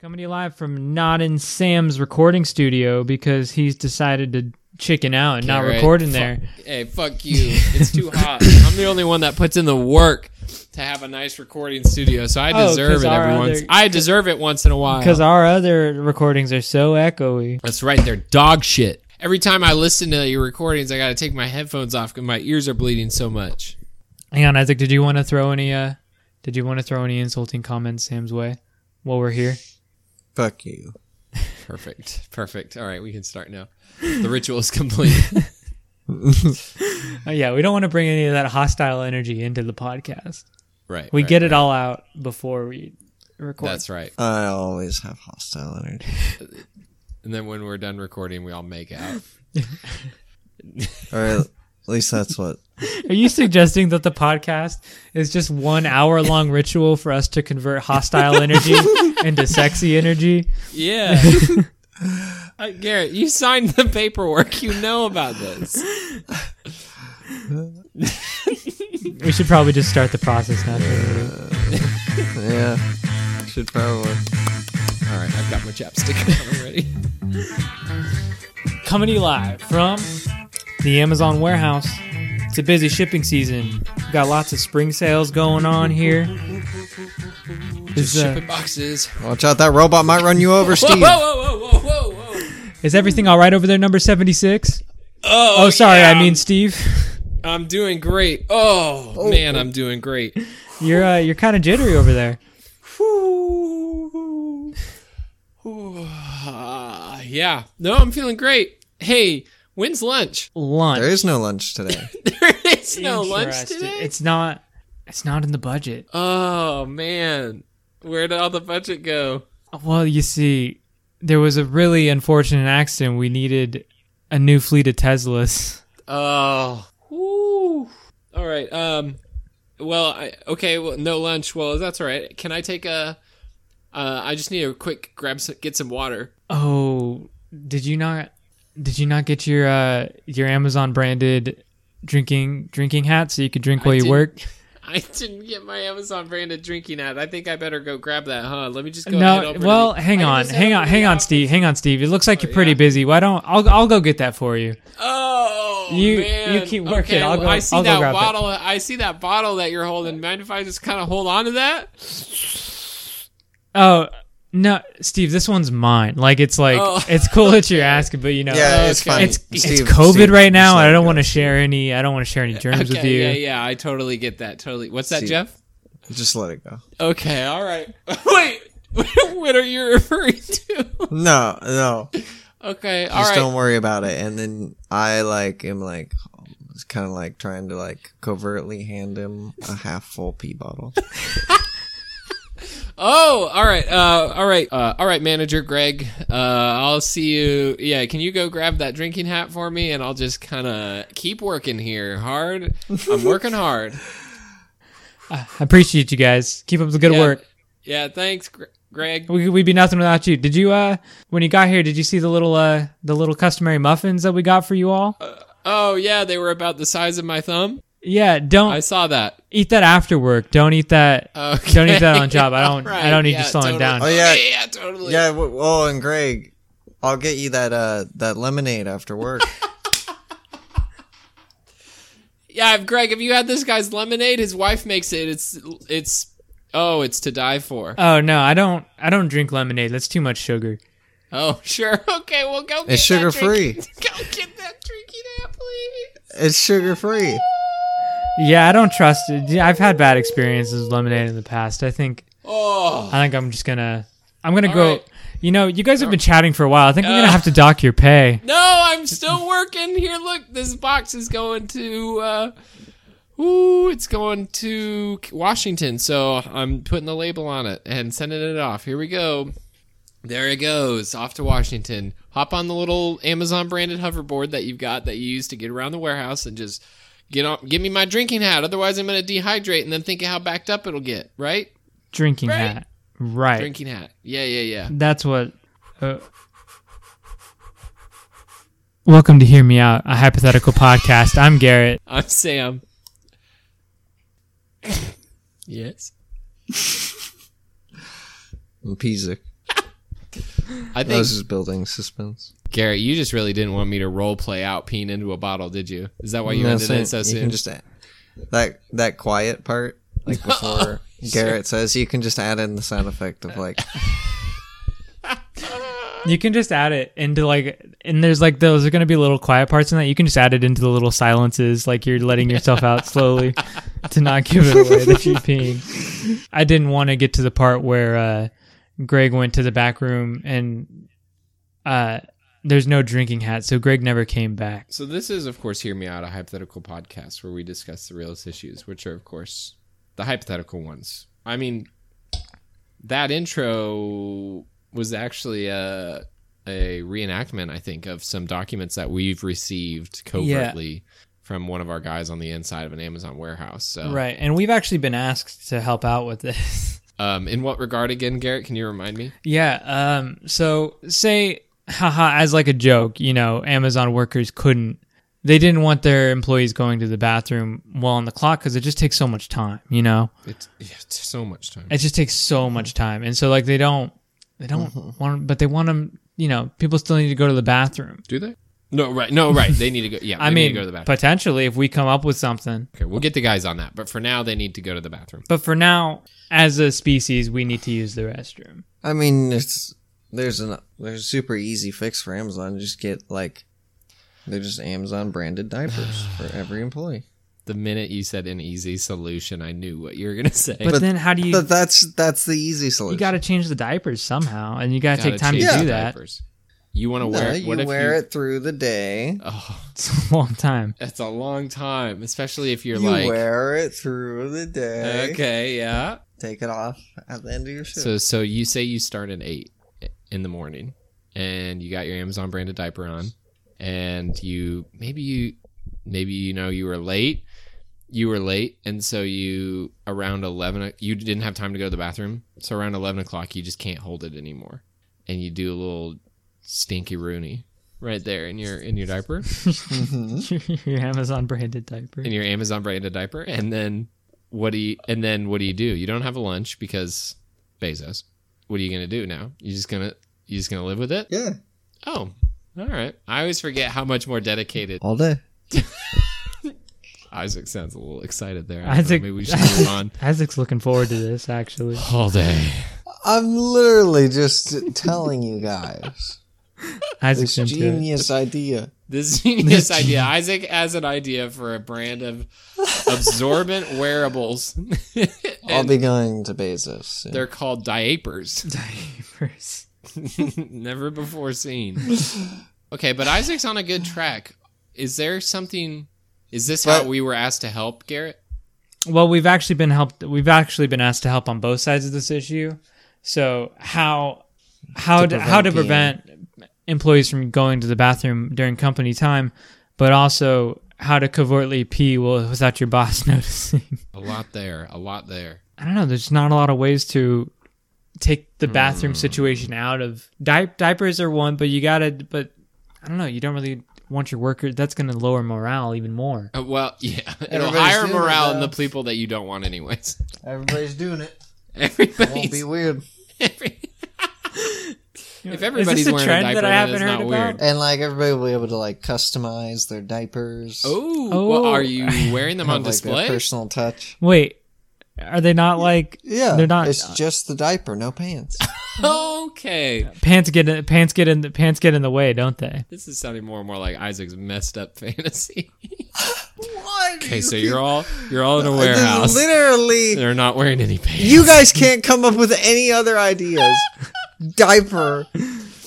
Coming to you live from not in Sam's recording studio because he's decided to chicken out and not Yeah, right. uh-huh. record in Fuck- there. Hey, fuck you. It's too hot. I'm the only one that puts in the work to have a nice recording studio, so I Oh, deserve 'cause it our every once. other- I deserve it once in a while. Because our other recordings are so echoey. That's right. They're dog shit. Every time I listen to your recordings, I got to take my headphones off because my ears are bleeding so much. Hang on, Isaac. Did you want to throw any? Uh, did you want to throw any insulting comments Sam's way while we're here? Fuck you. Perfect. Perfect. All right, we can start now. The ritual is complete. Oh, yeah, we don't want to bring any of that hostile energy into the podcast. Right. We right, get it right. all out before we record. That's right. I always have hostile energy. And then when we're done recording, we all make out. Or at least that's what. Are you suggesting that the podcast is just one hour long ritual for us to convert hostile energy into sexy energy? Yeah. Uh, Garrett, you signed the paperwork. You know about this. We should probably just start the process now. shouldn't we? Yeah. Should probably. All right, I've got my chapstick on already. Coming to you live from the Amazon warehouse. It's a busy shipping season. We've got lots of spring sales going on here. Just Is, uh, shipping boxes. Watch out, that robot might run you over, Whoa, whoa, Steve. whoa, whoa, whoa, whoa. is everything all right over there, number 76? Oh, Oh, sorry, yeah, I mean Steve. I'm doing great. Oh, man, I'm doing great. You're uh, you're kind of jittery over there. Whew. Whew. Ah, yeah. No, I'm feeling great. Hey, when's lunch? Lunch. There is no lunch today. There is no lunch Interested. today. It's not. It's not in the budget. oh man, where did all the budget go? Well, you see, there was a really unfortunate accident. We needed a new fleet of Teslas. Oh. Whew. All right. Um. Well, I, okay. Well, no lunch. Well, that's all right. Can I take a? Uh, I just need a quick grab, some, get some water. Oh, did you not? Did you not get your uh, your Amazon branded drinking drinking hat so you could drink I while you didn't- work? I didn't get my Amazon branded drinking ad. I think I better go grab that, huh? Let me just go. head No. over to Well, the- hang I can on, just head hang over on, to hang the on, office. Oh, Steve. Hang on, Steve. It looks like you're pretty yeah. busy. Why don't I'll I'll go get that for you. Oh, You- man. you keep working. Okay, I'll well, go- I see I'll go that grab it. bottle. I see that bottle that you're holding. Mind if I just kind of hold on to that? Oh. No, Steve, this one's mine. Like it's like Oh. it's cool that you're asking, but you know, Yeah, it's Okay. fine. it's Steve, it's COVID Steve, right now. just let I don't it want to go. share any. I don't want to share any germs with you. Okay. Yeah, yeah. I totally get that. Totally. What's that, See. Jeff? Just let it go. Okay. All right. Wait. what are you referring to? No, no. Just Okay. All right. don't worry about it. And then I like am like kind of like trying to like covertly hand him a half full pee bottle. Oh, all right. Uh, all right. Uh, all right, manager Greg. Uh, I'll see you. Yeah, can you go grab that drinking hat for me? And I'll just kind of keep working here hard. I'm working hard. I appreciate you guys. Keep up the good Yeah. work. Yeah, thanks, Gre- Greg. We, we'd be nothing without you. Did you uh when you got here? Did you see the little uh the little customary muffins that we got for you all? Oh, yeah, they were about the size of my thumb. yeah, don't I saw that. eat that after work. Don't eat that. Okay. Don't eat that on job. I don't. All right, I don't need yeah, you slowing totally. down. Oh, yeah. yeah, totally. yeah. w- Well, and Greg, I'll get you that uh that lemonade after work. Yeah, if- Greg, if you had this guy's lemonade, his wife makes it. It's, it's, oh, it's to die for. Oh no, I don't. I don't drink lemonade. That's too much sugar. oh, sure. Okay, well, go get It's that sugar-free. drinking- Go get that drinking hat, please. it's sugar free. Yeah, I don't trust it. Yeah, I've had bad experiences with lemonade in the past. I think. Oh, I think I'm just gonna. I'm gonna All go. right. You know, you guys have been chatting for a while. I think we're Uh. gonna have to dock your pay. no, I'm still working. Here, look, this box is going to, uh, ooh, it's going to Washington. So I'm putting the label on it and sending it off. Here we go. There it goes, off to Washington. Hop on the little Amazon branded hoverboard that you've got that you use to get around the warehouse and just get on. Give me my drinking hat, otherwise I'm going to dehydrate and then think of how backed up it'll get. Right? Drinking Right? hat. Right. Drinking hat. Yeah, yeah, yeah. That's what. Uh, welcome to Hear Me Out, a hypothetical podcast. I'm Garrett. I'm Sam. yes. And Peasic. I I think was just building suspense. Garrett, you just really didn't want me to role play out peeing into a bottle, did you? Is that why you No, ended so it so you soon? can just add, that that quiet part, like before Garrett says, you can just add in the sound effect of like You can just add it into like, and there's like those are gonna be little quiet parts in that. You can just add it into the little silences, like you're letting yourself out slowly to not give it away that you're peeing. I didn't want to get to the part where uh, Greg went to the back room and uh, there's no drinking hat, so Greg never came back. so this is, of course, hear me out, a hypothetical podcast where we discuss the realist issues, which are, of course, the hypothetical ones. I mean, that intro was actually a a reenactment, I think, of some documents that we've received covertly from one of our guys on the inside of an Amazon warehouse. So, Right, and we've actually been asked to help out with this. um, in what regard again, Garrett? Can you remind me? Yeah. Um, so say, haha, as like a joke, you know, Amazon workers couldn't, they didn't want their employees going to the bathroom while on the clock because it just takes so much time, you know? It's, it's so much time. It just takes Mm-hmm. so much time. And so, like, they don't, they don't want, but they want them, you know, people still need to go to the bathroom. Do they? No, right. No, right. They need to go. Yeah, I they need mean, to go to the bathroom. potentially if we come up with something. okay, we'll get the guys on that. But for now, they need to go to the bathroom. But for now, as a species, we need to use the restroom. I mean, it's there's an there's a super easy fix for Amazon. Just get like they're just Amazon branded diapers for every employee. The minute you said an easy solution, I knew what you were gonna say. But, then, how do you, But that's that's the easy solution. you got to change the diapers somehow, and you got to Gotta take time to change Yeah. do the that. diapers. You want to no, wear? it- you what if wear you, it through the day. Oh, It's a long time. that's a long time, especially if you're you like. wear it through the day. okay, yeah. Take it off at the end of your shift. So, so you say you start at eight in the morning, and you got your Amazon branded diaper on, and you maybe you maybe you know you were late, you were late, and so you around eleven o- you didn't have time to go to the bathroom, so around eleven o'clock you just can't hold it anymore, and you do a little stinky Rooney right there in your in your diaper Mm-hmm. your Amazon branded diaper. in your Amazon branded diaper, and then what do you and then what do you do? You don't have a lunch because Bezos. What are you gonna do now? You just gonna you just gonna live with it? yeah, Oh, all right. I always forget how much more dedicated all day. Isaac sounds. A little excited there. I Isaac- think maybe we should move on. Isaac's looking forward to this actually. All day. I'm literally just telling you guys Isaac's this into it. genius idea. This genius idea. Isaac has an idea for a brand of absorbent wearables. I'll And be going to Bezos. soon. they're called diapers. Diapers. Never before seen. Okay, but Isaac's on a good track. Is there something? Is this how But- we were asked to help Garrett? Well, we've actually been helped. We've actually been asked to help on both sides of this issue. So how how To to how to prevent uh, prevent employees from going to the bathroom during company time, but also how to covertly pee while- without your boss noticing. A lot there. A lot there. I don't know. There's not a lot of ways to take Hmm. the bathroom situation out of di- diapers are one, but you gotta. But I don't know. You don't really want your worker. That's gonna lower morale even more. Uh, well, yeah. It'll Everybody's hire doing it morale in now. the people that you don't want, anyways. Everybody's doing it. Won't Everybody's. be weird. every- if everybody's Is this a wearing a trend diaper, that I then it's haven't not heard weird. about? And like everybody will be able to like customize their diapers. Oh, Oh. well, are you wearing them have, on like, their display? personal touch. Wait, are they not like Yeah, They're not- It's just the diaper, no pants. Okay, pants get in, pants get in the pants get in the way, don't they? this is sounding more and more like Isaac's messed up fantasy. what? okay, so you're all you're all in a This is warehouse. Literally, They're not wearing any pants. you guys can't come up with any other ideas. diaper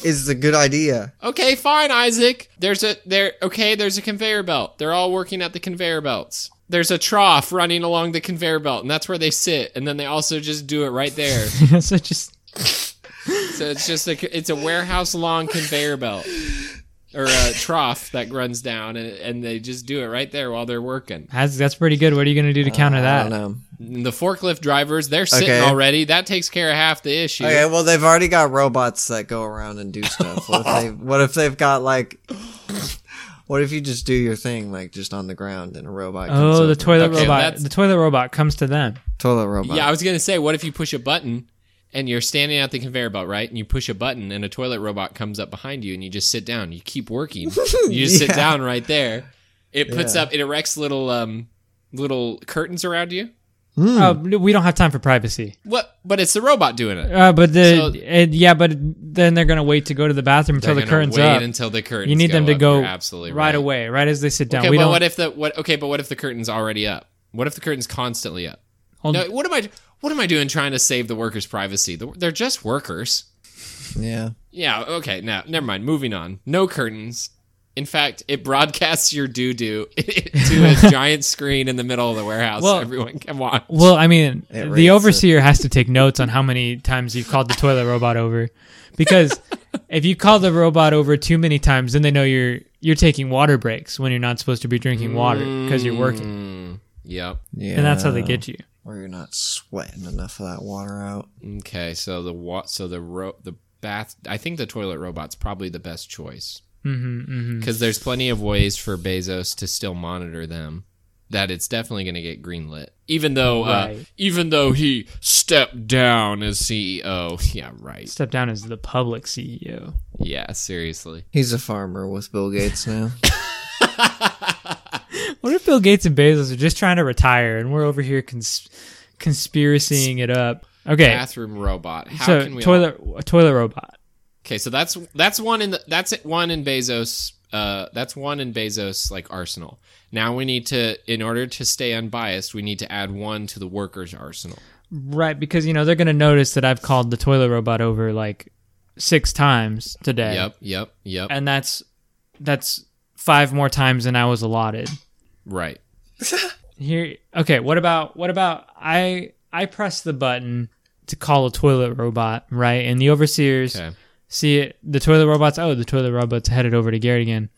is the good idea. Okay, fine, Isaac. There's a there. Okay, there's a conveyor belt. They're all working at the conveyor belts. There's a trough running along the conveyor belt, and that's where they sit. And then they also just do it right there. so just so it's just a it's a warehouse long conveyor belt or a trough that runs down, and, and they just do it right there while they're working. that's that's pretty good. What are you gonna do to Uh, counter I that? don't know. And the forklift drivers, they're sitting Okay. already. That takes care of half the issue. Okay, well they've already got robots that go around and do stuff. What if they? What if they've got like? What if you just do your thing like just on the ground and a robot? comes Oh, over? the toilet Okay, robot. that's- The toilet robot comes to them. toilet robot. Yeah, I was gonna say, what if you push a button and you're standing at the conveyor belt, right? And you push a button, and a toilet robot comes up behind you, and you just sit down. You keep working. You just sit Yeah. down right there. It puts Yeah. up, it erects little um little curtains around you. Hmm. Uh, we don't have time for privacy. What? But it's the robot doing it. Uh, but the So- and yeah, but then they're gonna wait to go to the bathroom until They're the gonna curtains wait up. Until the curtains. You need them to up. go You're absolutely right, away, right as they sit down. Okay, we but don't. what if the what? Okay, but what if the curtain's already up? What if the curtain's constantly up? hold- No, what am I? What am I doing trying to save the workers' privacy? The- They're just workers. Yeah. Yeah. Okay. Now, never mind. Moving on. No curtains. In fact, it broadcasts your doo doo to a giant screen in the middle of the warehouse. Well- Everyone can watch. Well, I mean, It rates the overseer has to take notes on how many times you've called the toilet robot over, because if you call the robot over too many times, then they know you're you're taking water breaks when you're not supposed to be drinking water because you're working, Mm, yep. Yeah. and that's how they get you. Or you're not sweating enough of that water out. Okay. So the wa- so the ro- the bath. I think the toilet robot's probably the best choice Mm-hmm, because there's plenty of ways for Bezos to still monitor them. That it's definitely going to get greenlit, even though uh, Right. even though he stepped down as CEO. Yeah. Right. Step down as the public E CEO. Yeah. Seriously. He's a farmer with Bill Gates now. What if Bill Gates and Bezos are just trying to retire, and we're over here cons- conspiracying it up? Okay, bathroom robot. How can so we toilet a toilet robot. Okay, so that's that's one in the that's it- one in Bezos. Uh, that's one in Bezos like arsenal. Now we need to, in order to stay unbiased, we need to add one to the workers' arsenal. Right, because you know they're gonna notice that I've called the toilet robot over like six times today. Yep, yep, yep. And that's that's five more times than I was allotted. right. Here okay, what about what about I I press the button to call a toilet robot, right? And the overseers Okay. see it the toilet robot's oh the toilet robot's headed over to Garrett again.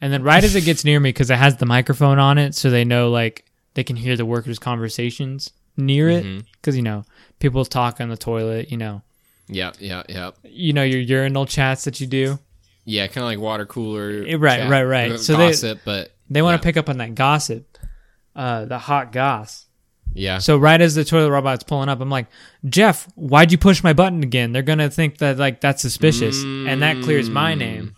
And then right as it gets near me, because it has the microphone on it, so they know like they can hear the workers' conversations near it. 'Cause Mm-hmm. it. Because you know, people talk on the toilet, you know. Yep, yep, yep. you know your urinal chats that you do Yeah, kind of like water cooler. Eh, right, right, right. uh, So they- gossip, but they want Yeah. to pick up on that gossip uh the hot goss yeah, so right as the toilet robot's pulling up i'm like jeff why'd you push my button again they're gonna think that like that's suspicious and that clears my name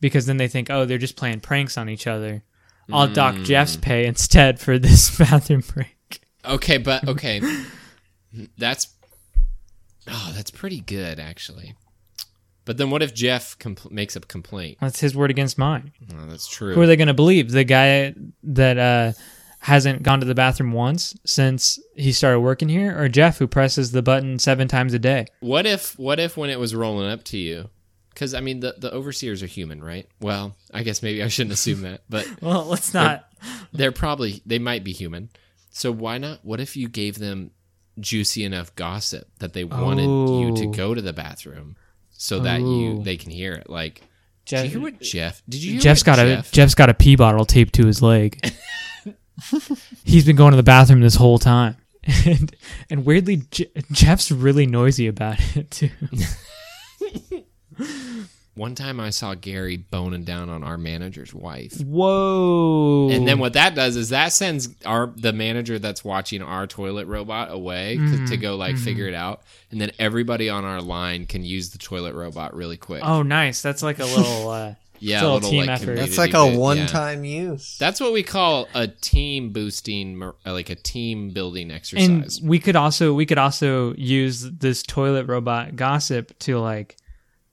because then they think oh they're just playing pranks on each other i'll dock jeff's pay instead for this bathroom break okay, but okay. that's oh, that's pretty good actually. But then what if Jeff compl- makes a complaint? that's his word against mine Oh, that's true. who are they gonna believe the guy that uh hasn't gone to the bathroom once since he started working here or jeff who presses the button seven times a day What if what if when it was rolling up to you? Because I mean, the the overseers are human, right? Well, I guess maybe I shouldn't assume that, but Well, let's not. they're probably they might be human. So why not? What if you gave them juicy enough gossip that they wanted you to Oh. go to the bathroom so that you Oh. they can hear it? Like, Jeff, did you hear what Jeff? Did you? Hear Jeff's got what Jeff? a Jeff's got a pee bottle taped to his leg. He's been going to the bathroom this whole time, and and weirdly, Je- Jeff's really noisy about it too. One time I saw Gary boning down on our manager's wife. Whoa! And then what that does is that sends our the manager that's watching our toilet robot away 'cause- Mm. to go Mm-hmm. like figure it out, and then everybody on our line can use the toilet robot really quick. oh, nice. That's like a little. Uh, yeah, it's all a little team like effort. community That's like a bit, yeah. one time use. That's what we call a team boosting, mer- uh, like a team building and exercise. we could also we could also use this toilet robot gossip to like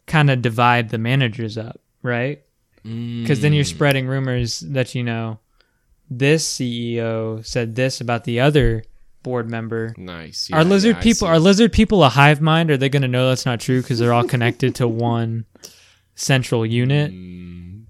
kind of divide the managers up, right? Mm. Because then you're spreading rumors that you know this CEO said this about the other board member. nice. are Yeah, lizard yeah, I people see. are lizard people a hive mind? Are they going to know that's not true because they're all connected to one central unit? Mm.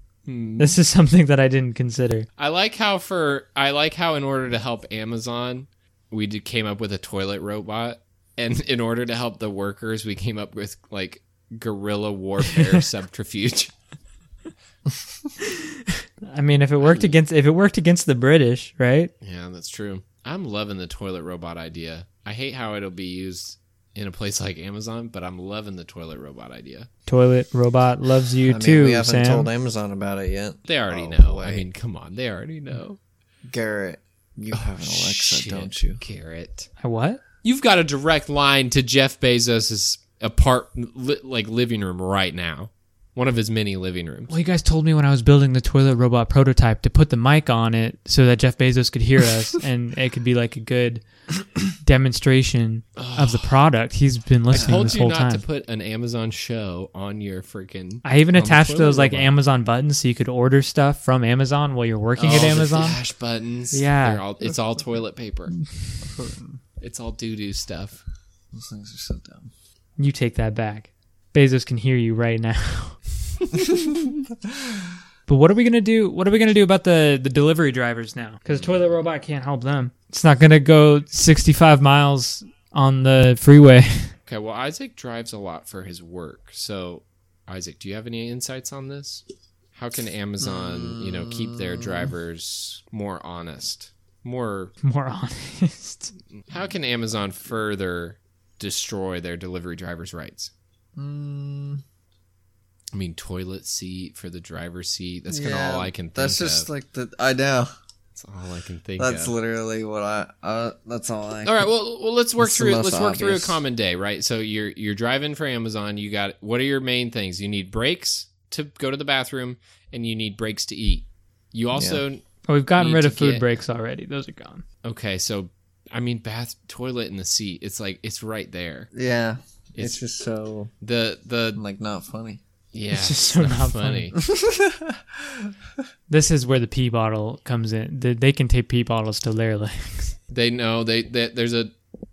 This is something that I didn't consider. I like how for I like how in order to help Amazon, we did, came up with a toilet robot, and in order to help the workers, we came up with like guerrilla warfare subterfuge. I mean, if it worked Hmm. against if it worked against the British, right? Yeah, that's true. I'm loving the toilet robot idea. I hate how it'll be used in a place like Amazon, but I'm loving the toilet robot idea. Toilet robot loves you I mean, too, we haven't Sam. told Amazon about it yet. They already Oh, know. I wait. mean, come on, they already know. Garrett, you have an Alexa, Shit, don't you? Garrett? A What? you've got a direct line to Jeff Bezos's apart li- like living room right now, one of his many living rooms. Well, you guys told me when I was building the toilet robot prototype to put the mic on it so that Jeff Bezos could hear us and it could be like a good demonstration of the product. He's been I listening told this you whole not time. to put an Amazon show on your freaking. I even on the attached toilet those like robot. Amazon buttons so you could order stuff from Amazon while you're working Oh, at the Amazon. flash buttons. Yeah. They're all, it's all toilet paper. it's all doo doo stuff. Those things are so dumb. You take that back. Bezos can hear you right now. but what are we gonna do? What are we gonna do about the the delivery drivers now? Because toilet robot can't help them. It's not gonna go 65 miles on the freeway. Okay, well Isaac drives a lot for his work. So Isaac, do you have any insights on this? How can Amazon, you know, keep their drivers more honest? More More honest. how can Amazon further destroy their delivery drivers' rights? Mm, I mean, toilet seat for the driver's seat. That's kind of yeah, all I can think That's just of. like the. I know. that's all I can think That's of. literally what I. Uh, that's all I. all right, well, well, let's work That's the through most let's work through a obvious. common day, right? So you're you're driving for Amazon. You got what are your main things? You need breaks to go to the bathroom, and you need breaks to eat. You also Well, Oh, we've gotten Need rid to of food get- breaks already. Those are gone. okay, so I mean, bath, toilet, and the seat. It's like it's right there. Yeah. It's- It's, just so The the like not funny. yeah, It's just so not funny. This is where the pee bottle comes in. They- They can take pee bottles to their legs. they know they, they there's a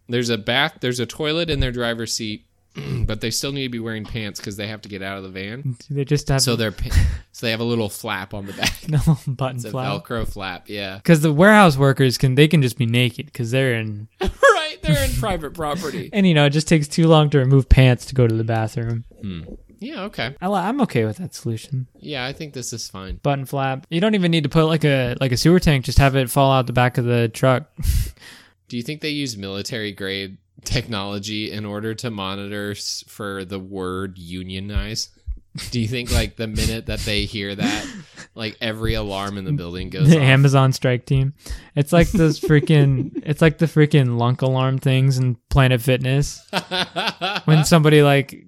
there's a bath there's a toilet in their driver's seat, but they still need to be wearing pants because they have to get out of the van. They just have So they're pa- so they have a little flap on the back. no button It's a flap. Velcro flap, yeah. Because the warehouse workers can they can just be naked because they're in right, they're in private property. and you know it just takes too long to remove pants to go to the bathroom. Yeah, okay. I, li- I'm okay with that solution. Yeah, I think this is fine. Button flap. You don't even need to put like a like a sewer tank. Just have it fall out the back of the truck. Do you think they use military grade technology in order to monitor s- for the word unionize? Do you think like the minute that they hear that, like every alarm in the building goes the off? Amazon strike team. It's like those freaking. it's like the freaking lunk alarm things in Planet Fitness when somebody like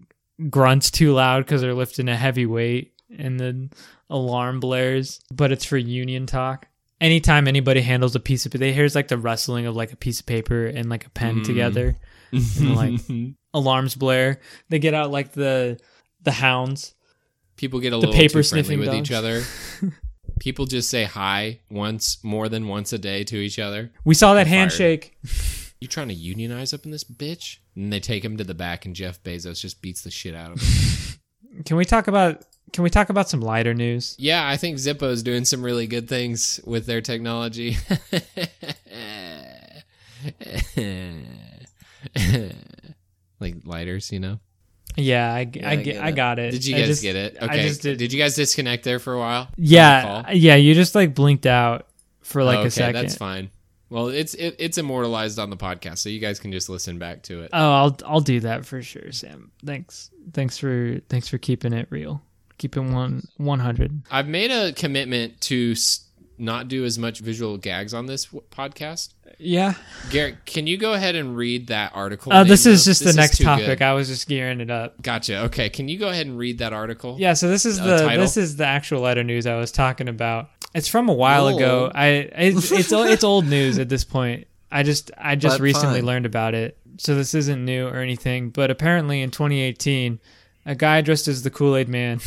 grunts too loud because they're lifting a heavy weight and the alarm blares. But it's for union talk. Anytime anybody handles a piece of, they hears like the rustling of like a piece of paper and like a pen Mm. together. And, like alarms blare. They get out like the the hounds. People get a The little paper too friendly sniffing with each dogs. other. People just say hi once more than once a day to each other. We saw that They're fired. handshake. You trying to unionize up in this bitch? And they take him to the back, and Jeff Bezos just beats the shit out of him. Can we talk about? Can we talk about some lighter news? yeah, I think Zippo's doing some really good things with their technology. like lighters, you know? Yeah, I, I, I get, get I it. got it. Did you I guys just- get it? I Okay. just did. did- you guys disconnect there for a while? Yeah, Call? yeah. You just like blinked out for like Oh, a second. That's fine. Well, it's it, it's immortalized on the podcast, so you guys can just listen back to it. Oh, I'll I'll do that for sure, Sam. Thanks, thanks for thanks for keeping it real, keeping one one hundred. I've made a commitment to s- not do as much visual gags on this w- podcast. Yeah. Garrett, can you go ahead and read that article? Uh, this name, is though? just This the next too topic. good. I was just gearing it up. Gotcha. Okay, can you go ahead and read that article? Yeah. So this is Uh, the title? this is the actual letter news I was talking about. It's from a while Old. ago. I it's it's, o- it's old news at this point. I just I just But recently fine. learned about it, so this isn't new or anything. But apparently, in 2018, a guy dressed as the Kool Aid Man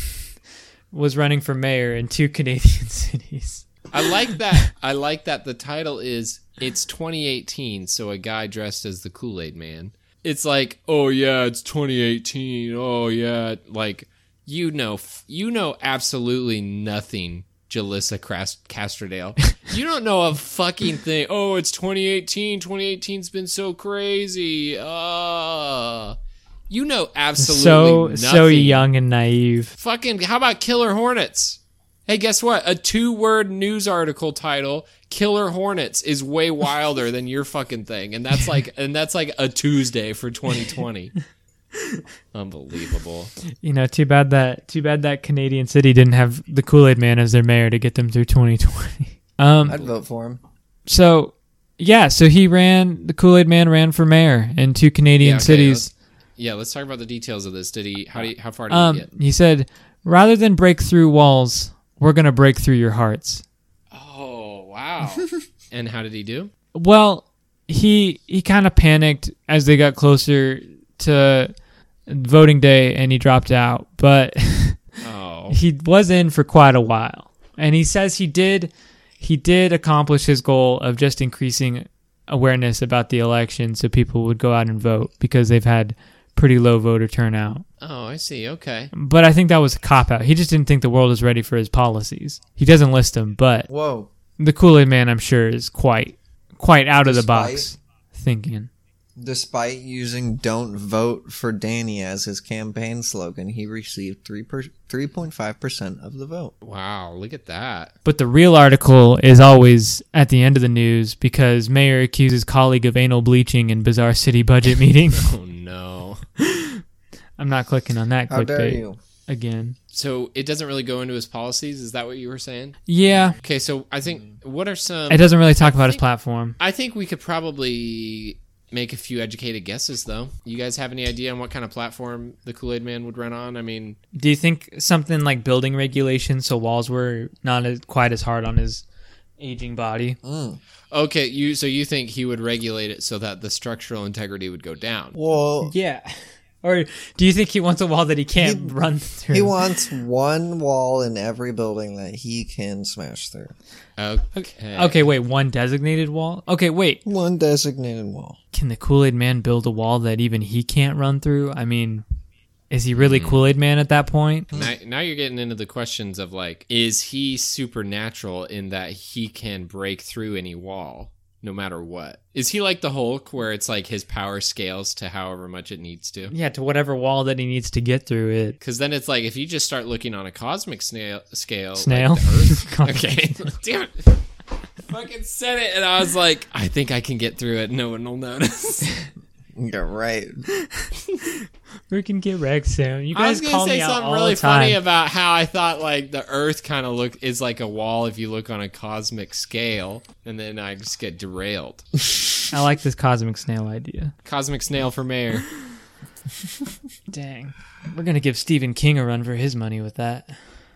was running for mayor in two Canadian cities. I like that. I like that the title is it's 2018, so a guy dressed as the Kool-Aid man. It's like, "Oh yeah, it's 2018. Oh yeah." Like you know f- you know absolutely nothing. Jalissa Cras- Castrodale. You don't know a fucking thing. Oh, it's 2018. 2018's been so crazy. Uh, you know So absolutely nothing. so young and naive. Fucking, how about Killer Hornets? Hey, guess what? A two word news article title, Killer Hornets, is way wilder than your fucking thing. And that's like, and that's like a Tuesday for 2020. Unbelievable. You know, too bad that too bad that Canadian city didn't have the Kool Aid Man as their mayor to get them through 2020. Um, I'd vote for him. So yeah, so he ran. The Kool Aid Man ran for mayor in two Canadian Yeah, okay, cities. Yeah, let's talk about the details of this. Did he? How do? You, how far did Um, he get? he said, "Rather than break through walls, we're gonna break through your hearts." Oh wow! and how did he do? Well, he he kind of panicked as they got closer to voting day, and he dropped out. But Oh, he was in for quite a while, and he says he did he did accomplish his goal of just increasing awareness about the election, so people would go out and vote because they've had pretty low voter turnout. oh, I see. Okay. But I think that was a cop out. He just didn't think the world is ready for his policies. He doesn't list them, but Whoa. the Kool Aid Man, I'm sure, is quite quite out of the box thinking. Despite using "Don't vote for Danny" as his campaign slogan, he received three three point five percent of the vote. Wow, look at that. But the real article is always at the end of the news because mayor accuses colleague of anal bleaching in bizarre city budget meeting. Oh no. I'm not clicking on that How dare clickbait you? again. So it doesn't really go into his policies. Is that what you were saying? Yeah, Okay, so I think what are some? it doesn't really talk about his platform. I think we could probably make a few educated guesses, though. You guys have any idea on what kind of platform the Kool Aid Man would run on? I mean, Do you think something like building regulations so walls were not as, quite as hard on his aging body? Mm. okay, you so you think he would regulate it so that the structural integrity would go down? Well, Yeah. Or do you think he wants a wall that he can't run through? he wants one wall in every building that he can smash through. Okay. okay, wait, one designated wall? Okay, wait. One designated wall. Can the Kool Aid Man build a wall that even he can't run through? I mean, is he Hmm. really Kool Aid Man at that point? Now, now you're getting into the questions of like, is he supernatural in that he can break through any wall no matter what? Is he like the Hulk where it's like his power scales to however much it needs to? Yeah, to whatever wall that he needs to get through it. Because then it's like if you just start looking on a cosmic snail, scale, like Snail. the Earth- God. okay, damn it, fucking said it, and I was like, I think I can get through it. No one will notice. You're right. We can get wrecked soon. You I was guys gonna call say me out something all really the time. funny about how I thought like the Earth kind of look is like a wall if you look on a cosmic scale, and then I just get derailed. I like this cosmic snail idea. Cosmic snail for mayor. Dang. We're going to give Stephen King a run for his money with that.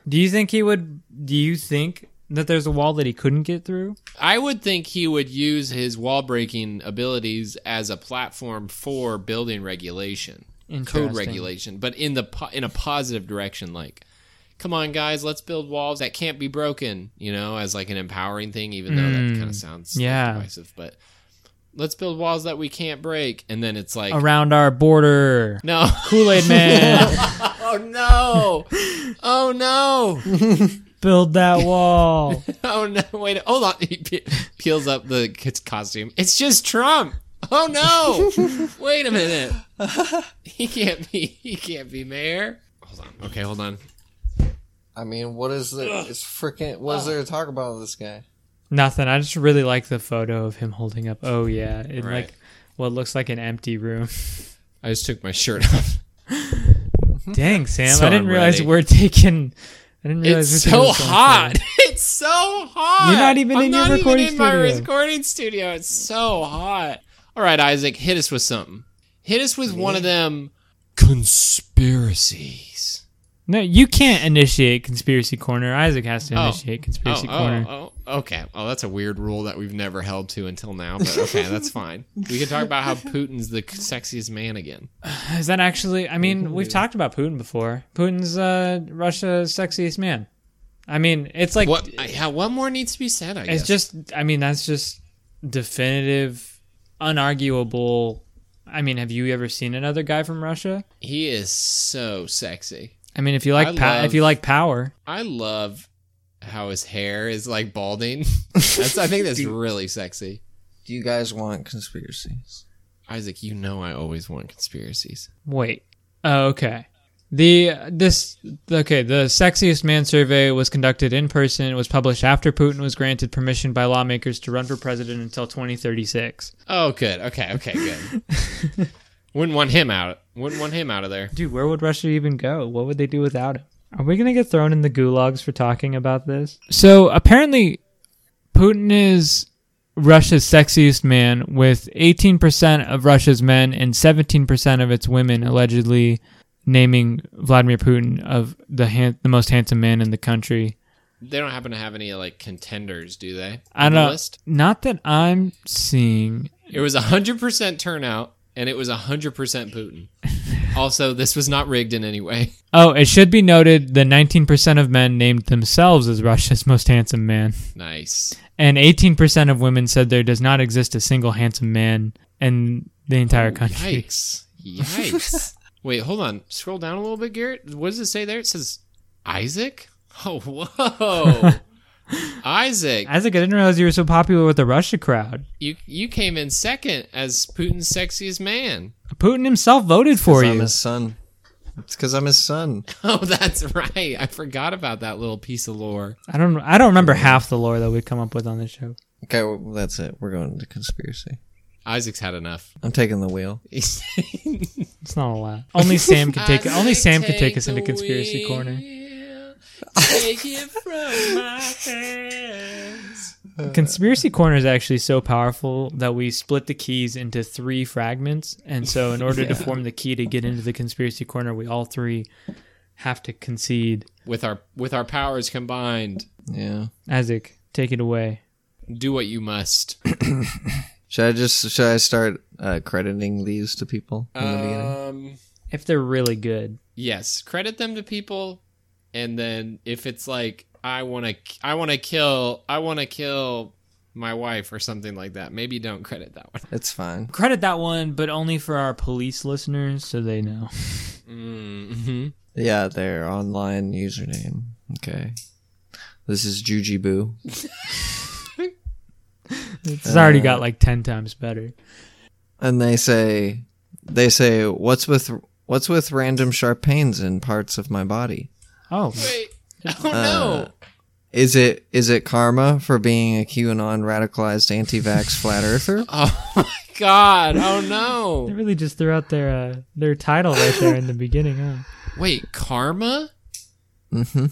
Do you think he would do you think that there's a wall that he couldn't get through? I would think he would use his wall breaking abilities as a platform for building regulation. code Interesting. regulation, but in the po- in a positive direction. Like, come on, guys, let's build walls that can't be broken. You know, as like an empowering thing, even though that kind of sounds like, Mm, yeah. divisive. But let's build walls that we can't break, and then it's like, around our border. no, Kool Aid Man, oh no, oh no, build that wall. oh no. Wait, hold on. He pe- peels up the kid's costume. It's just Trump. Oh no! Wait a minute. He can't be. He can't be mayor. Hold on. Okay, hold on. I mean, what is the? It's freaking. What is there to talk about with this guy? Nothing. I just really like the photo of him holding up. Oh yeah, in Right. like what looks like an empty room. I just took my shirt off. Dang, Sam, So I didn't realize unready. we're taking. I didn't realize It's we're so taking hot. It's so hot. You're not even I'm in your not recording even in my studio. recording studio. It's so hot. All right, Isaac, hit us with something. Hit us with one of them conspiracies. No, you can't initiate conspiracy corner. Isaac has to initiate Oh, conspiracy corner. oh, oh, okay. Oh, that's a weird rule that we've never held to until now. But okay, that's fine. We can talk about how Putin's the sexiest man again. Is that actually? I mean, we've talked about Putin before. Putin's uh, Russia's sexiest man. I mean, it's like What? Yeah, one more needs to be said. I guess. It's just, I mean, that's just definitive, unarguable. I mean, have you ever seen another guy from Russia? he is so sexy. I mean, if you like, I pa- love- if you like power, I love how his hair is like balding. That's, I think that's really sexy. Do you guys want conspiracies? Isaac, you know I always want conspiracies. wait. Oh, okay. The this okay. The sexiest man survey was conducted in person. It was published after Putin was granted permission by lawmakers to run for president until 2036. Oh, good. Okay, okay, good. Wouldn't want him out. Wouldn't want him out of there. Dude, where would Russia even go? What would they do without him? Are we going to get thrown in the gulags for talking about this? So apparently, Putin is Russia's sexiest man, with 18% of Russia's men and 17% of its women allegedly naming Vladimir Putin of the han- the most handsome man in the country. They don't happen to have any like contenders, do they? I On the don't list? not that I'm seeing. It was 100% turnout, and it was 100% Putin. also, this was not rigged in any way. Oh, it should be noted that 19% of men named themselves as Russia's most handsome man. Nice. And 18% of women said there does not exist a single handsome man in the entire country. Oh, Yikes. Yikes. Wait, hold on. Scroll down a little bit, Garrett. What does it say there? It says Isaac? Oh, whoa. Isaac, Isaac, I didn't realize you were so popular with the Russia crowd. you you came in second as Putin's sexiest man. Putin himself voted for I'm you. his son. It's because I'm his son. Oh, that's right. I forgot about that little piece of lore. I don't I don't remember half the lore that we come up with on this show. Okay, well, that's it. We're going to conspiracy. Isaac's had enough. I'm taking the wheel. It's not a lot. Only Sam can take only Isaac, Sam can take us the into conspiracy wheel. corner. Take it from my hands. Conspiracy Corner is actually so powerful that we split the keys into three fragments. And so, in order to form the key to get into the Conspiracy Corner, we all three have to concede. With our with our powers combined, Yeah. Isaac, take it away. do what you must. Should I just should I start uh, crediting these to people in the Uh, beginning? Um, If they're really good, yes, credit them to people, and then if it's like I want to, I want to kill, I want to kill my wife or something like that. Maybe don't credit that one. It's fine. credit that one, but only for our police listeners so they know. Mm-hmm. Yeah, their online username. Okay. This is Jujiboo. It's already got like 10 times better. and they say they say what's with what's with random sharp pains in parts of my body Oh, Wait, oh no, is it is it karma for being a qanon radicalized anti-vax flat earther oh my god, oh no. they really just threw out their, uh, their title right there in the beginning, huh? Wait, karma? hmm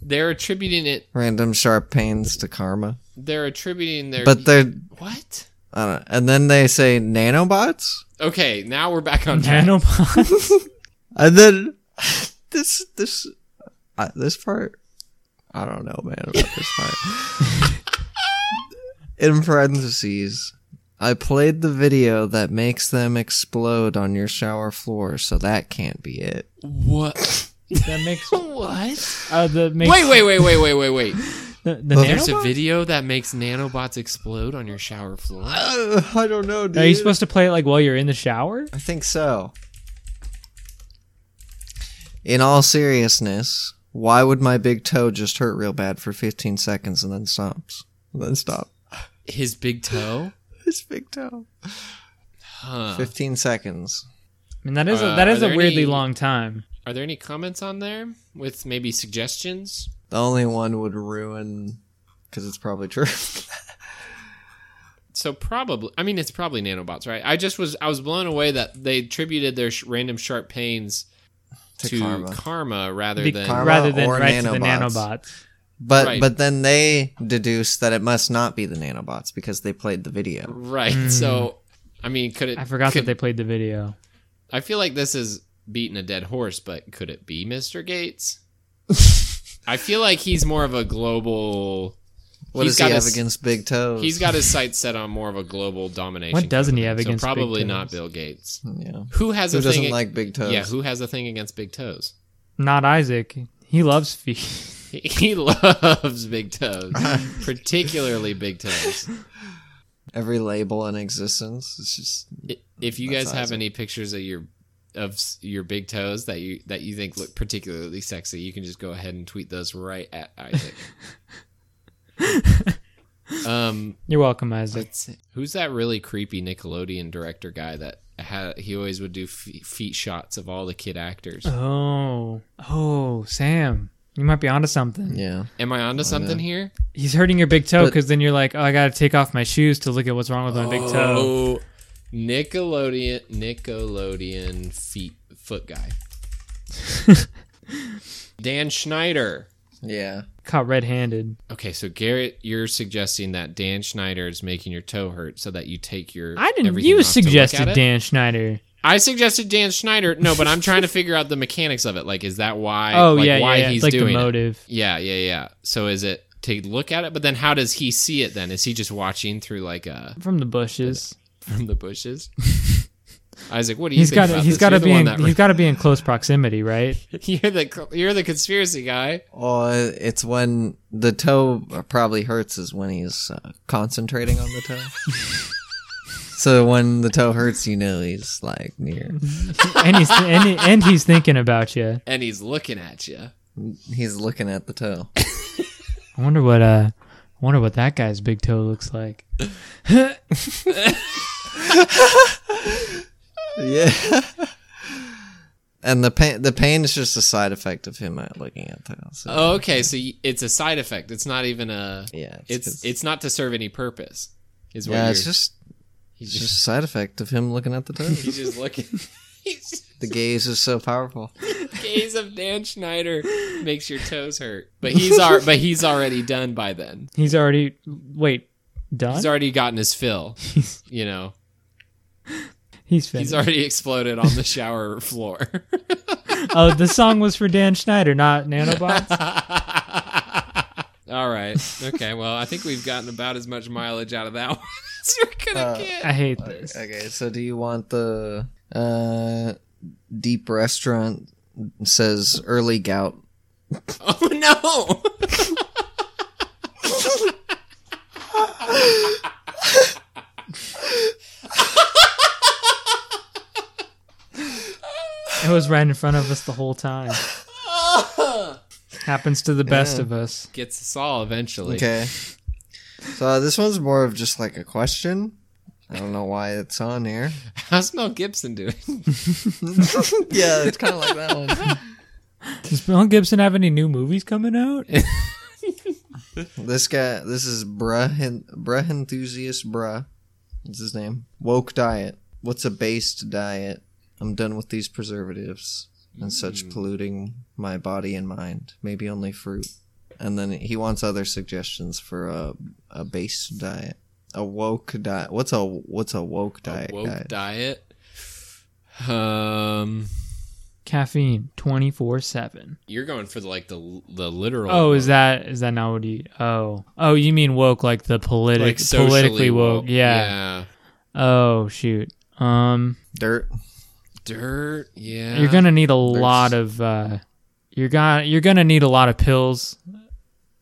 They're attributing it. random sharp pains to karma They're attributing their. but they're what? I don't know. and then they say nanobots Okay, now we're back on track. Nanobots. and then this this uh, this part i don't know man about this part in parentheses i played the video that makes them explode on your shower floor so that can't be it What? that makes, what? uh, the, makes Wait, wait, wait, wait, wait, wait, wait. The, the Well, There's nanobots? a video that makes nanobots explode on your shower floor. Uh, i don't know dude Are you supposed to play it like while you're in the shower? i think so in all seriousness why would my big toe just hurt real bad for 15 seconds and then stops and then stop His big toe? his big toe Huh. 15 seconds I mean, that is Uh, a, that is are there a weirdly any- long time. Are there any comments on there with maybe suggestions? The only one would ruin because it's probably true. So probably, I mean, it's probably nanobots, right? I just was, I was blown away that they attributed their sh- random sharp pains to, To karma. karma. rather The- than Karma rather than or right to the nanobots. nanobots. but Right. but then they deduce that it must not be the nanobots because they played the video. right. So, I mean, could it? Hmm. I forgot could, that they played the video. I feel like this is beating a dead horse, but could it be Mr. Gates? I feel like he's more of a global. What He's does he got have his- against big toes? He's got his sights set on more of a global domination. What doesn't he have company, against So big probably toes? not Bill Gates. Hmm, yeah. Who has Who a doesn't thing? like big toes? yeah, who has a thing against big toes? Not Isaac. He loves feet. He, he loves big toes, particularly big toes. Every label in existence. It's just I- If you That's guys have awesome. any pictures of your of s- your big toes that you that you think look particularly sexy, you can just go ahead and tweet those right at Isaac. um, You're welcome, Isaac. let's- who's that really creepy Nickelodeon director guy that had he always would do fe- feet shots of all the kid actors? Oh, oh, Sam, you might be onto something. yeah. Am I onto something here? He's hurting your big toe But- because then you're like, oh, I gotta take off my shoes to look at what's wrong with my big toe. Oh, Nickelodeon, Nickelodeon feet foot guy. Dan Schneider. Yeah. caught red-handed. Okay, so Garrett, you're suggesting that Dan Schneider is making your toe hurt so that you take your. I didn't. everything You off to look at suggested it? Dan Schneider. I suggested Dan Schneider. No, but I'm trying to figure out the mechanics of it. Like, is that why? oh like, yeah, why yeah, yeah. he's like doing the it? motive. Yeah, yeah, yeah. So is it to look at it? But then how does he see it? Then is he just watching through like uh from the bushes. from the bushes? Isaac, what do you He's think got to about he's this? got to You're the be one in that- he's got to be in close proximity, right? you're the you're the conspiracy guy. Oh, it's when the toe probably hurts is when he's uh, concentrating on the toe. so when the toe hurts, you know he's like near. and he's and, he, and he's thinking about you. and he's looking at you. He's looking at the toe. I wonder what uh I wonder what that guy's big toe looks like. Yeah. And the pain, the pain is just a side effect of him not looking at the toe. So, Oh, okay, so y- it's a side effect. It's not even a. yeah, It's it's not to serve any purpose. Is what yeah, you're, it's just he's it's just a side effect of him looking at the toe. he's just looking. he's just, the gaze is so powerful. gaze of Dan Schneider makes your toes hurt, but he's al- but he's already done by then. He's already wait done. He's He's, already gotten his fill. You know, finished. he's already exploded on the shower floor. oh, the song was for Dan Schneider, not Nanobots. All right. Okay. Well, I think we've gotten about as much mileage out of that one as we're gonna Uh, get. I hate this. Okay, so do you want the uh, deep restaurant says early gout? Oh no! It was right in front of us the whole time. Happens to the best of us. Gets us all eventually. Okay. So uh, this one's more of just like a question. I don't know why it's on here. How's Mel Gibson doing? yeah, it's kind of like that one. Does Mel Gibson have any new movies coming out? This guy, this is bruh, Hen- bruh enthusiast bruh. What's his name? Woke diet. What's a based diet? I'm done with these preservatives and Mm. such polluting my body and mind. Maybe only fruit. And then he wants other suggestions for a a based diet. A woke diet. What's a what's a woke diet? Woke guy? diet. Um, Caffeine twenty four seven. you're going for the, like the the literal. Oh, is that is that not what you? Oh, oh, you mean woke like the politic, like socially politically woke? Yeah. yeah. Oh shoot. Um, Dirt. Dirt. Yeah. you're gonna need a lot of. Uh, you're gonna you're gonna need a lot of pills,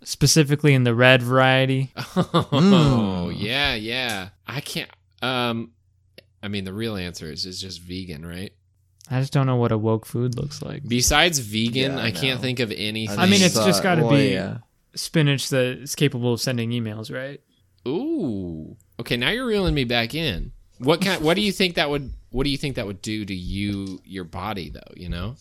specifically in the red variety. Oh yeah, yeah. I can't. Um, I mean, the real answer is is just vegan, right? I just don't know what a woke food looks like. Besides vegan, Yeah, I I can't know. think of anything. I mean, it's Uh, just gotta well, be- yeah. Spinach that is capable of sending emails, right? ooh. Okay, now you're reeling me back in. What kind? What do you think that would? What do you think that would do to you, your body, though? You know.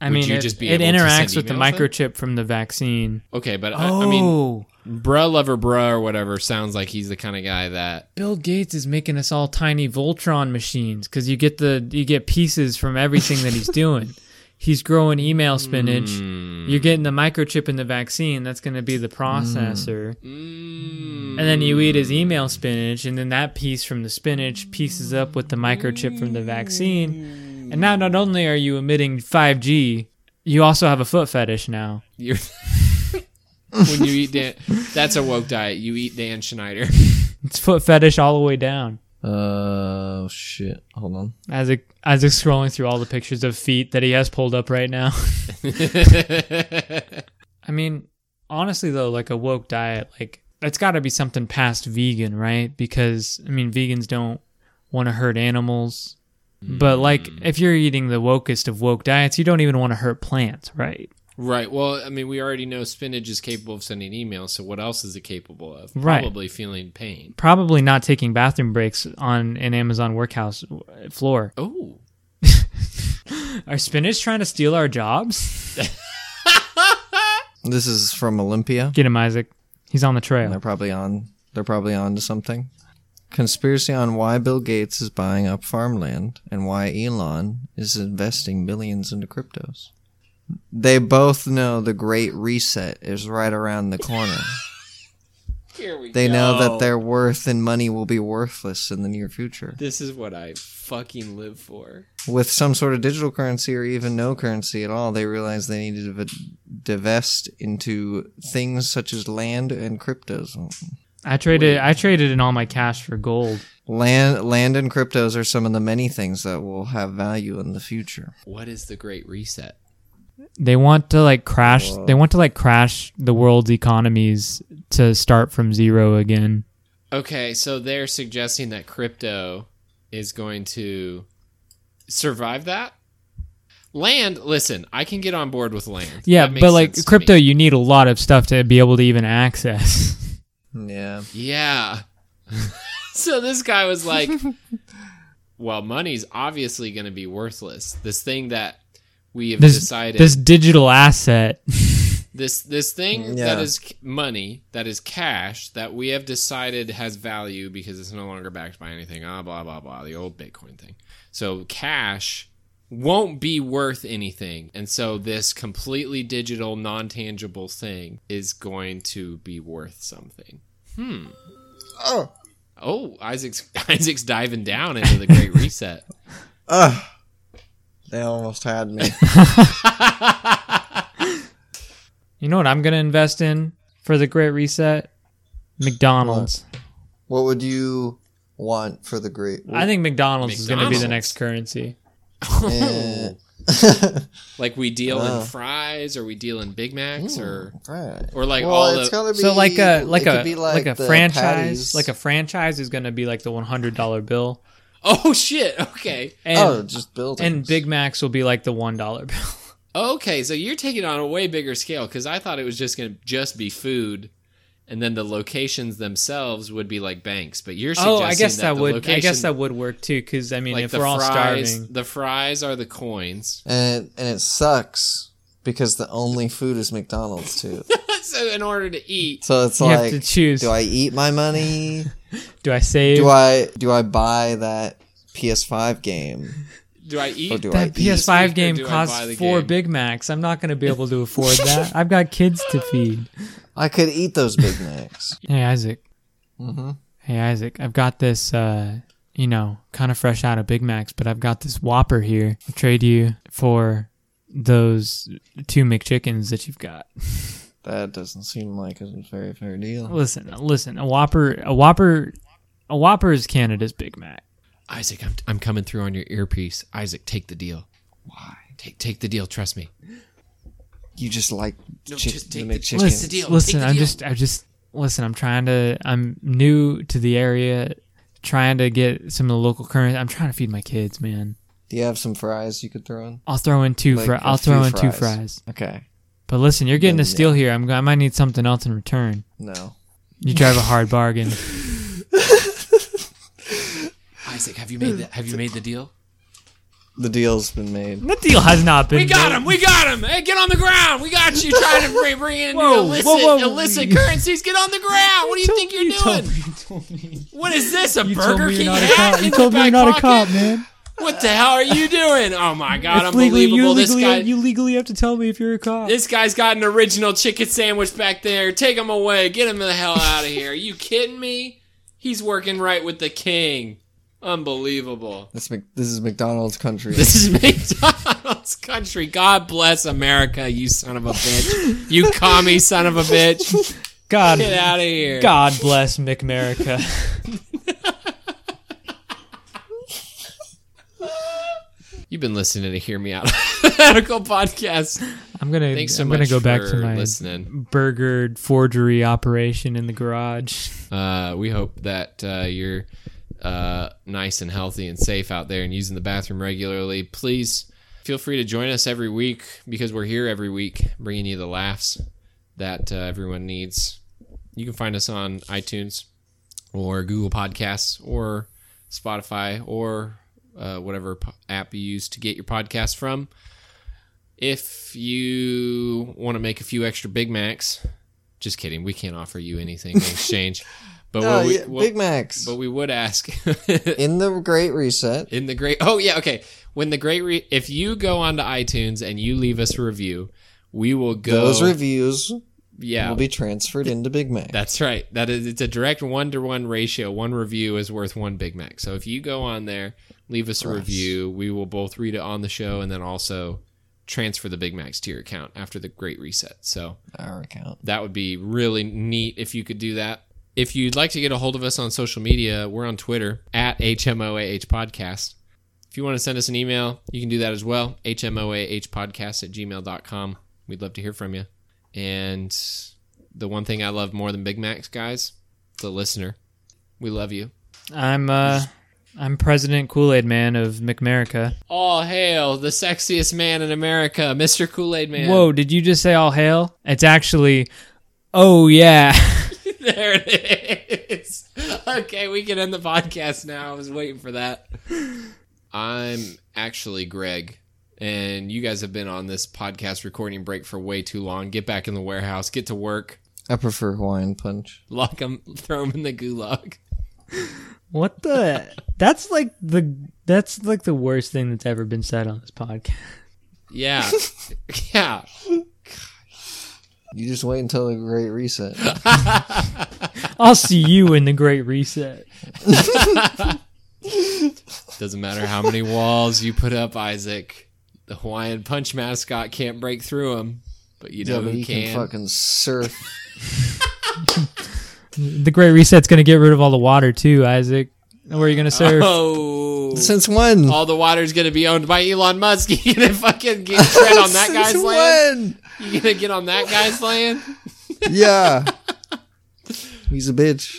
I Would mean, you it, just be it able to send interacts with the emails then? microchip from the vaccine. Okay, but I, I mean, oh, bruh lover bruh or whatever sounds like he's the kind of guy that Bill Gates is making us all tiny Voltron machines because you get the you get pieces from everything that he's doing. He's growing email spinach. mm, You're getting the microchip in the vaccine. That's going to be the processor, mm, and then you eat his email spinach, and then that piece from the spinach pieces up with the microchip from the vaccine. And now, not only are you emitting 5G, you also have a foot fetish now. you're when you eat Dan, that's a woke diet. You eat Dan Schneider. It's foot fetish all the way down. Oh shit! Hold on. Isaac, Isaac scrolling through all the pictures of feet that he has pulled up right now. I mean, honestly though, like a woke diet, like that's got to be something past vegan, right? Because I mean, vegans don't want to hurt animals, but like if you're eating the wokest of woke diets, you don't even want to hurt plants, right? right. Well, I mean, we already know spinach is capable of sending emails. So what else is it capable of? Right. Probably feeling pain. Probably not taking bathroom breaks on an Amazon workhouse uh, floor. Oh, Are spinach trying to steal our jobs? This is from Olympia. Get him, Isaac. He's on the trail. They're probably on. They're probably on to something. Conspiracy on why Bill Gates is buying up farmland and why Elon is investing billions into cryptos. They both know the Great Reset is right around the corner. Here we They go. know that their worth and money will be worthless in the near future. This is what I fucking live for. With some sort of digital currency or even no currency at all, they realize they need to div- divest into things such as land and cryptos. I traded I traded in all my cash for gold. Land, land and cryptos are some of the many things that will have value in the future. What is the Great Reset? They want to like crash Whoa. they want to like crash the world's economies to start from zero again. Okay, so they're suggesting that crypto is going to survive that. Land, listen, I can get on board with land. Yeah, That makes but like sense to crypto me. you need a lot of stuff to be able to even access. Yeah. Yeah. so this guy was like, well, money's obviously going to be worthless. This thing that we have This- decided this digital asset. this this thing Mm, Yeah. that is c- money that is cash that we have decided has value because it's no longer backed by anything ah blah blah blah the old bitcoin thing so cash won't be worth anything and so this completely digital non-tangible thing is going to be worth something hmm Oh. oh isaac's isaac's diving down into the great reset Ugh. They almost had me. You know what I'm going to invest in for the great reset? McDonald's. what would you want for the great? I think McDonald's, is going to be the McDonald's? next currency. Eh. like we deal Wow. Hmm. in fries or we deal in big macs or Right. or like Well, all it's the gotta So like a it like could a be like, a the franchise, patties. like a franchise is going to be like the $100 bill. Oh shit! Okay, And oh, just building and Big Macs will be like the $1 bill. okay. So you're taking it on a way bigger scale because I thought it was just gonna just be food, and then the locations themselves would be like banks. But you're suggesting oh, I guess that, the would Location, I guess that would work too cuz I mean like if the we're all fries, starving. the fries are the coins. and it, and it sucks because the only food is McDonald's too. so in order to eat, So it's You have like, to choose. do I eat my money? Do I save Do I do I buy that PS5 game do I eat? or do I that eat? Eat PS5 or game do I buy the costs 4 game? Big Macs. I'm not going to be able to afford that. I've got kids to feed. I could eat those Big Macs. Hey Isaac, hmm Hey Isaac, I've got this uh you know, kind of fresh out of Big Macs, but I've got this Whopper here. I'll trade you for those two McChickens that you've got. That doesn't seem like a very fair deal. Listen, listen, a Whopper, a Whopper, a Whopper is Canada's Big Mac. Isaac, I'm I'm coming through on your earpiece. Isaac, take the deal. Why? Take take the deal. Trust me. You just like No, chick- just the take the- McChicken. Take Listen, deal, listen, take the I'm deal. just, I just, listen, I'm trying to, I'm new to the area, trying to get some of the local currency. I'm trying to feed my kids, man. Do you have some fries you could throw in? I'll throw in two Like fri a I'll few throw in two fries. fries. Okay. But listen, you're getting Then a steal here. I'm, I might need something else in return. No. You drive a hard bargain. Isaac, have you made the have you made the deal? The deal's been made. the deal has not been. We got him. We got him. Hey, get on the ground. We got you. Trying to bring, bring in Whoa, illicit, whoa, whoa. illicit currencies. Get on the ground. What do you think you're doing? What is this? A Burger King hat? in the back pocket? man. What the hell are you doing? Oh my god! It's legally, you unbelievable. This legally, guy. you legally have to tell me if you're a cop. This guy's got an original chicken sandwich back there. Take him away. Get him the hell out of here. Are you kidding me? He's working right with the king. Unbelievable. This Mc- this is McDonald's country. This is McDonald's country. God bless America, you son of a bitch. You commie son of a bitch. God, Get out of here. God bless McMerica. You've been listening to Hear Me Out Medical Podcast. I'm gonna. Thanks so I'm much gonna go for back to my listening. burgered forgery operation in the garage. Uh, we hope that uh, you're uh, nice and healthy and safe out there and using the bathroom regularly. Please feel free to join us every week because we're here every week bringing you the laughs that uh, everyone needs. You can find us on iTunes or Google Podcasts or Spotify or uh, whatever po- app you use to get your podcast from. If you want to make a few extra Big Macs, just kidding, we can't offer you anything in exchange. But no, what we, Oh, yeah, what- Big Macs. but we would ask in the Great Reset, in the great. Oh yeah, okay. when the great re- if you go onto iTunes and you leave us a review, we will go. Those reviews yeah, will be transferred into Big Mac. that's right. That is, it's a direct one to one ratio. One review is worth one Big Mac. So if you go on there, leave us a Nice. review. We will both read it on the show and then also transfer the Big Macs to your account after the Great Reset. So Our account. that would be really neat if you could do that. If you'd like to get a hold of us on social media, we're on Twitter at HMOAH Podcast. If you want to send us an email, you can do that as well. HMOAHpodcast at gmail.com. We'd love to hear from you. And the one thing I love more than Big Macs, guys, the listener. We love you. I'm uh, I'm President Kool Aid Man of McMerica. All hail the sexiest man in America, Mr. Kool Aid Man. Whoa, did you just say all hail? It's actually, oh yeah. There it is. Okay, we can end the podcast now. I was waiting for that. I'm actually Greg, and you guys have been on this podcast recording break for way too long. Get back in the warehouse, get to work, I prefer Hawaiian Punch. lock them, throw them in the gulag. What the? That's like the that's like the worst thing that's ever been said on this podcast. Yeah. yeah. You just wait until the Great Reset. I'll see you in the Great Reset. Doesn't matter how many walls you put up, Isaac. The Hawaiian Punch mascot can't break through them, but you know yeah, but who you can fucking surf. The Great Reset's gonna get rid of all the water too, Isaac. Where are you gonna surf? Oh. Since when? all the water's gonna be owned by Elon Musk. You gonna fucking get tread on that guy's Since land? when? You gonna get on that guy's land? Yeah. He's a bitch.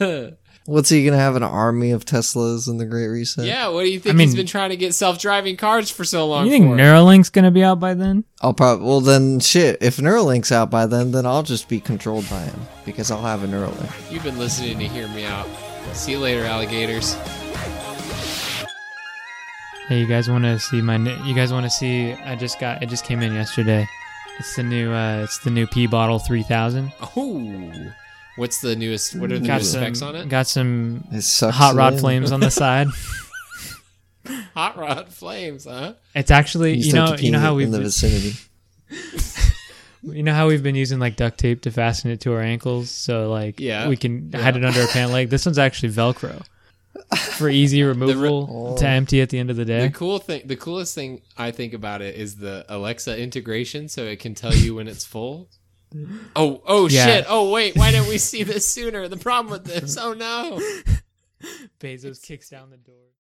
What's he gonna have an army of Teslas in the Great Reset? Yeah. What do you think I mean- he's been trying to get self-driving cars for so long? You think for? Neuralink's gonna be out by then? I'll probably well then shit. If Neuralink's out by then, then I'll just be controlled by him because I'll have a Neuralink. You've been listening to Hear Me Out. See you later, alligators. Hey, you guys want to see my? new- You guys want to see? I just got. It just came in yesterday. It's the new. uh It's the new P bottle three thousand. Oh, what's the newest? What are the Got newest some. specs on it? Got some It sucks. hot it rod in. flames on the side. Hot rod flames, huh? It's actually. You just have know. to You know keep how it we've. in the been- vicinity. You know how we've been using like duct tape to fasten it to our ankles, so like Yeah. we can hide it under our pant leg. This one's actually Velcro for easy removal Oh. to empty at the end of the The day. cool thing, the coolest thing I think about it is the Alexa integration, so it can tell you when it's full. Oh, oh Yeah. shit! Oh wait, why didn't we see this sooner? The problem with this. Oh no. Bezos kicks down the door.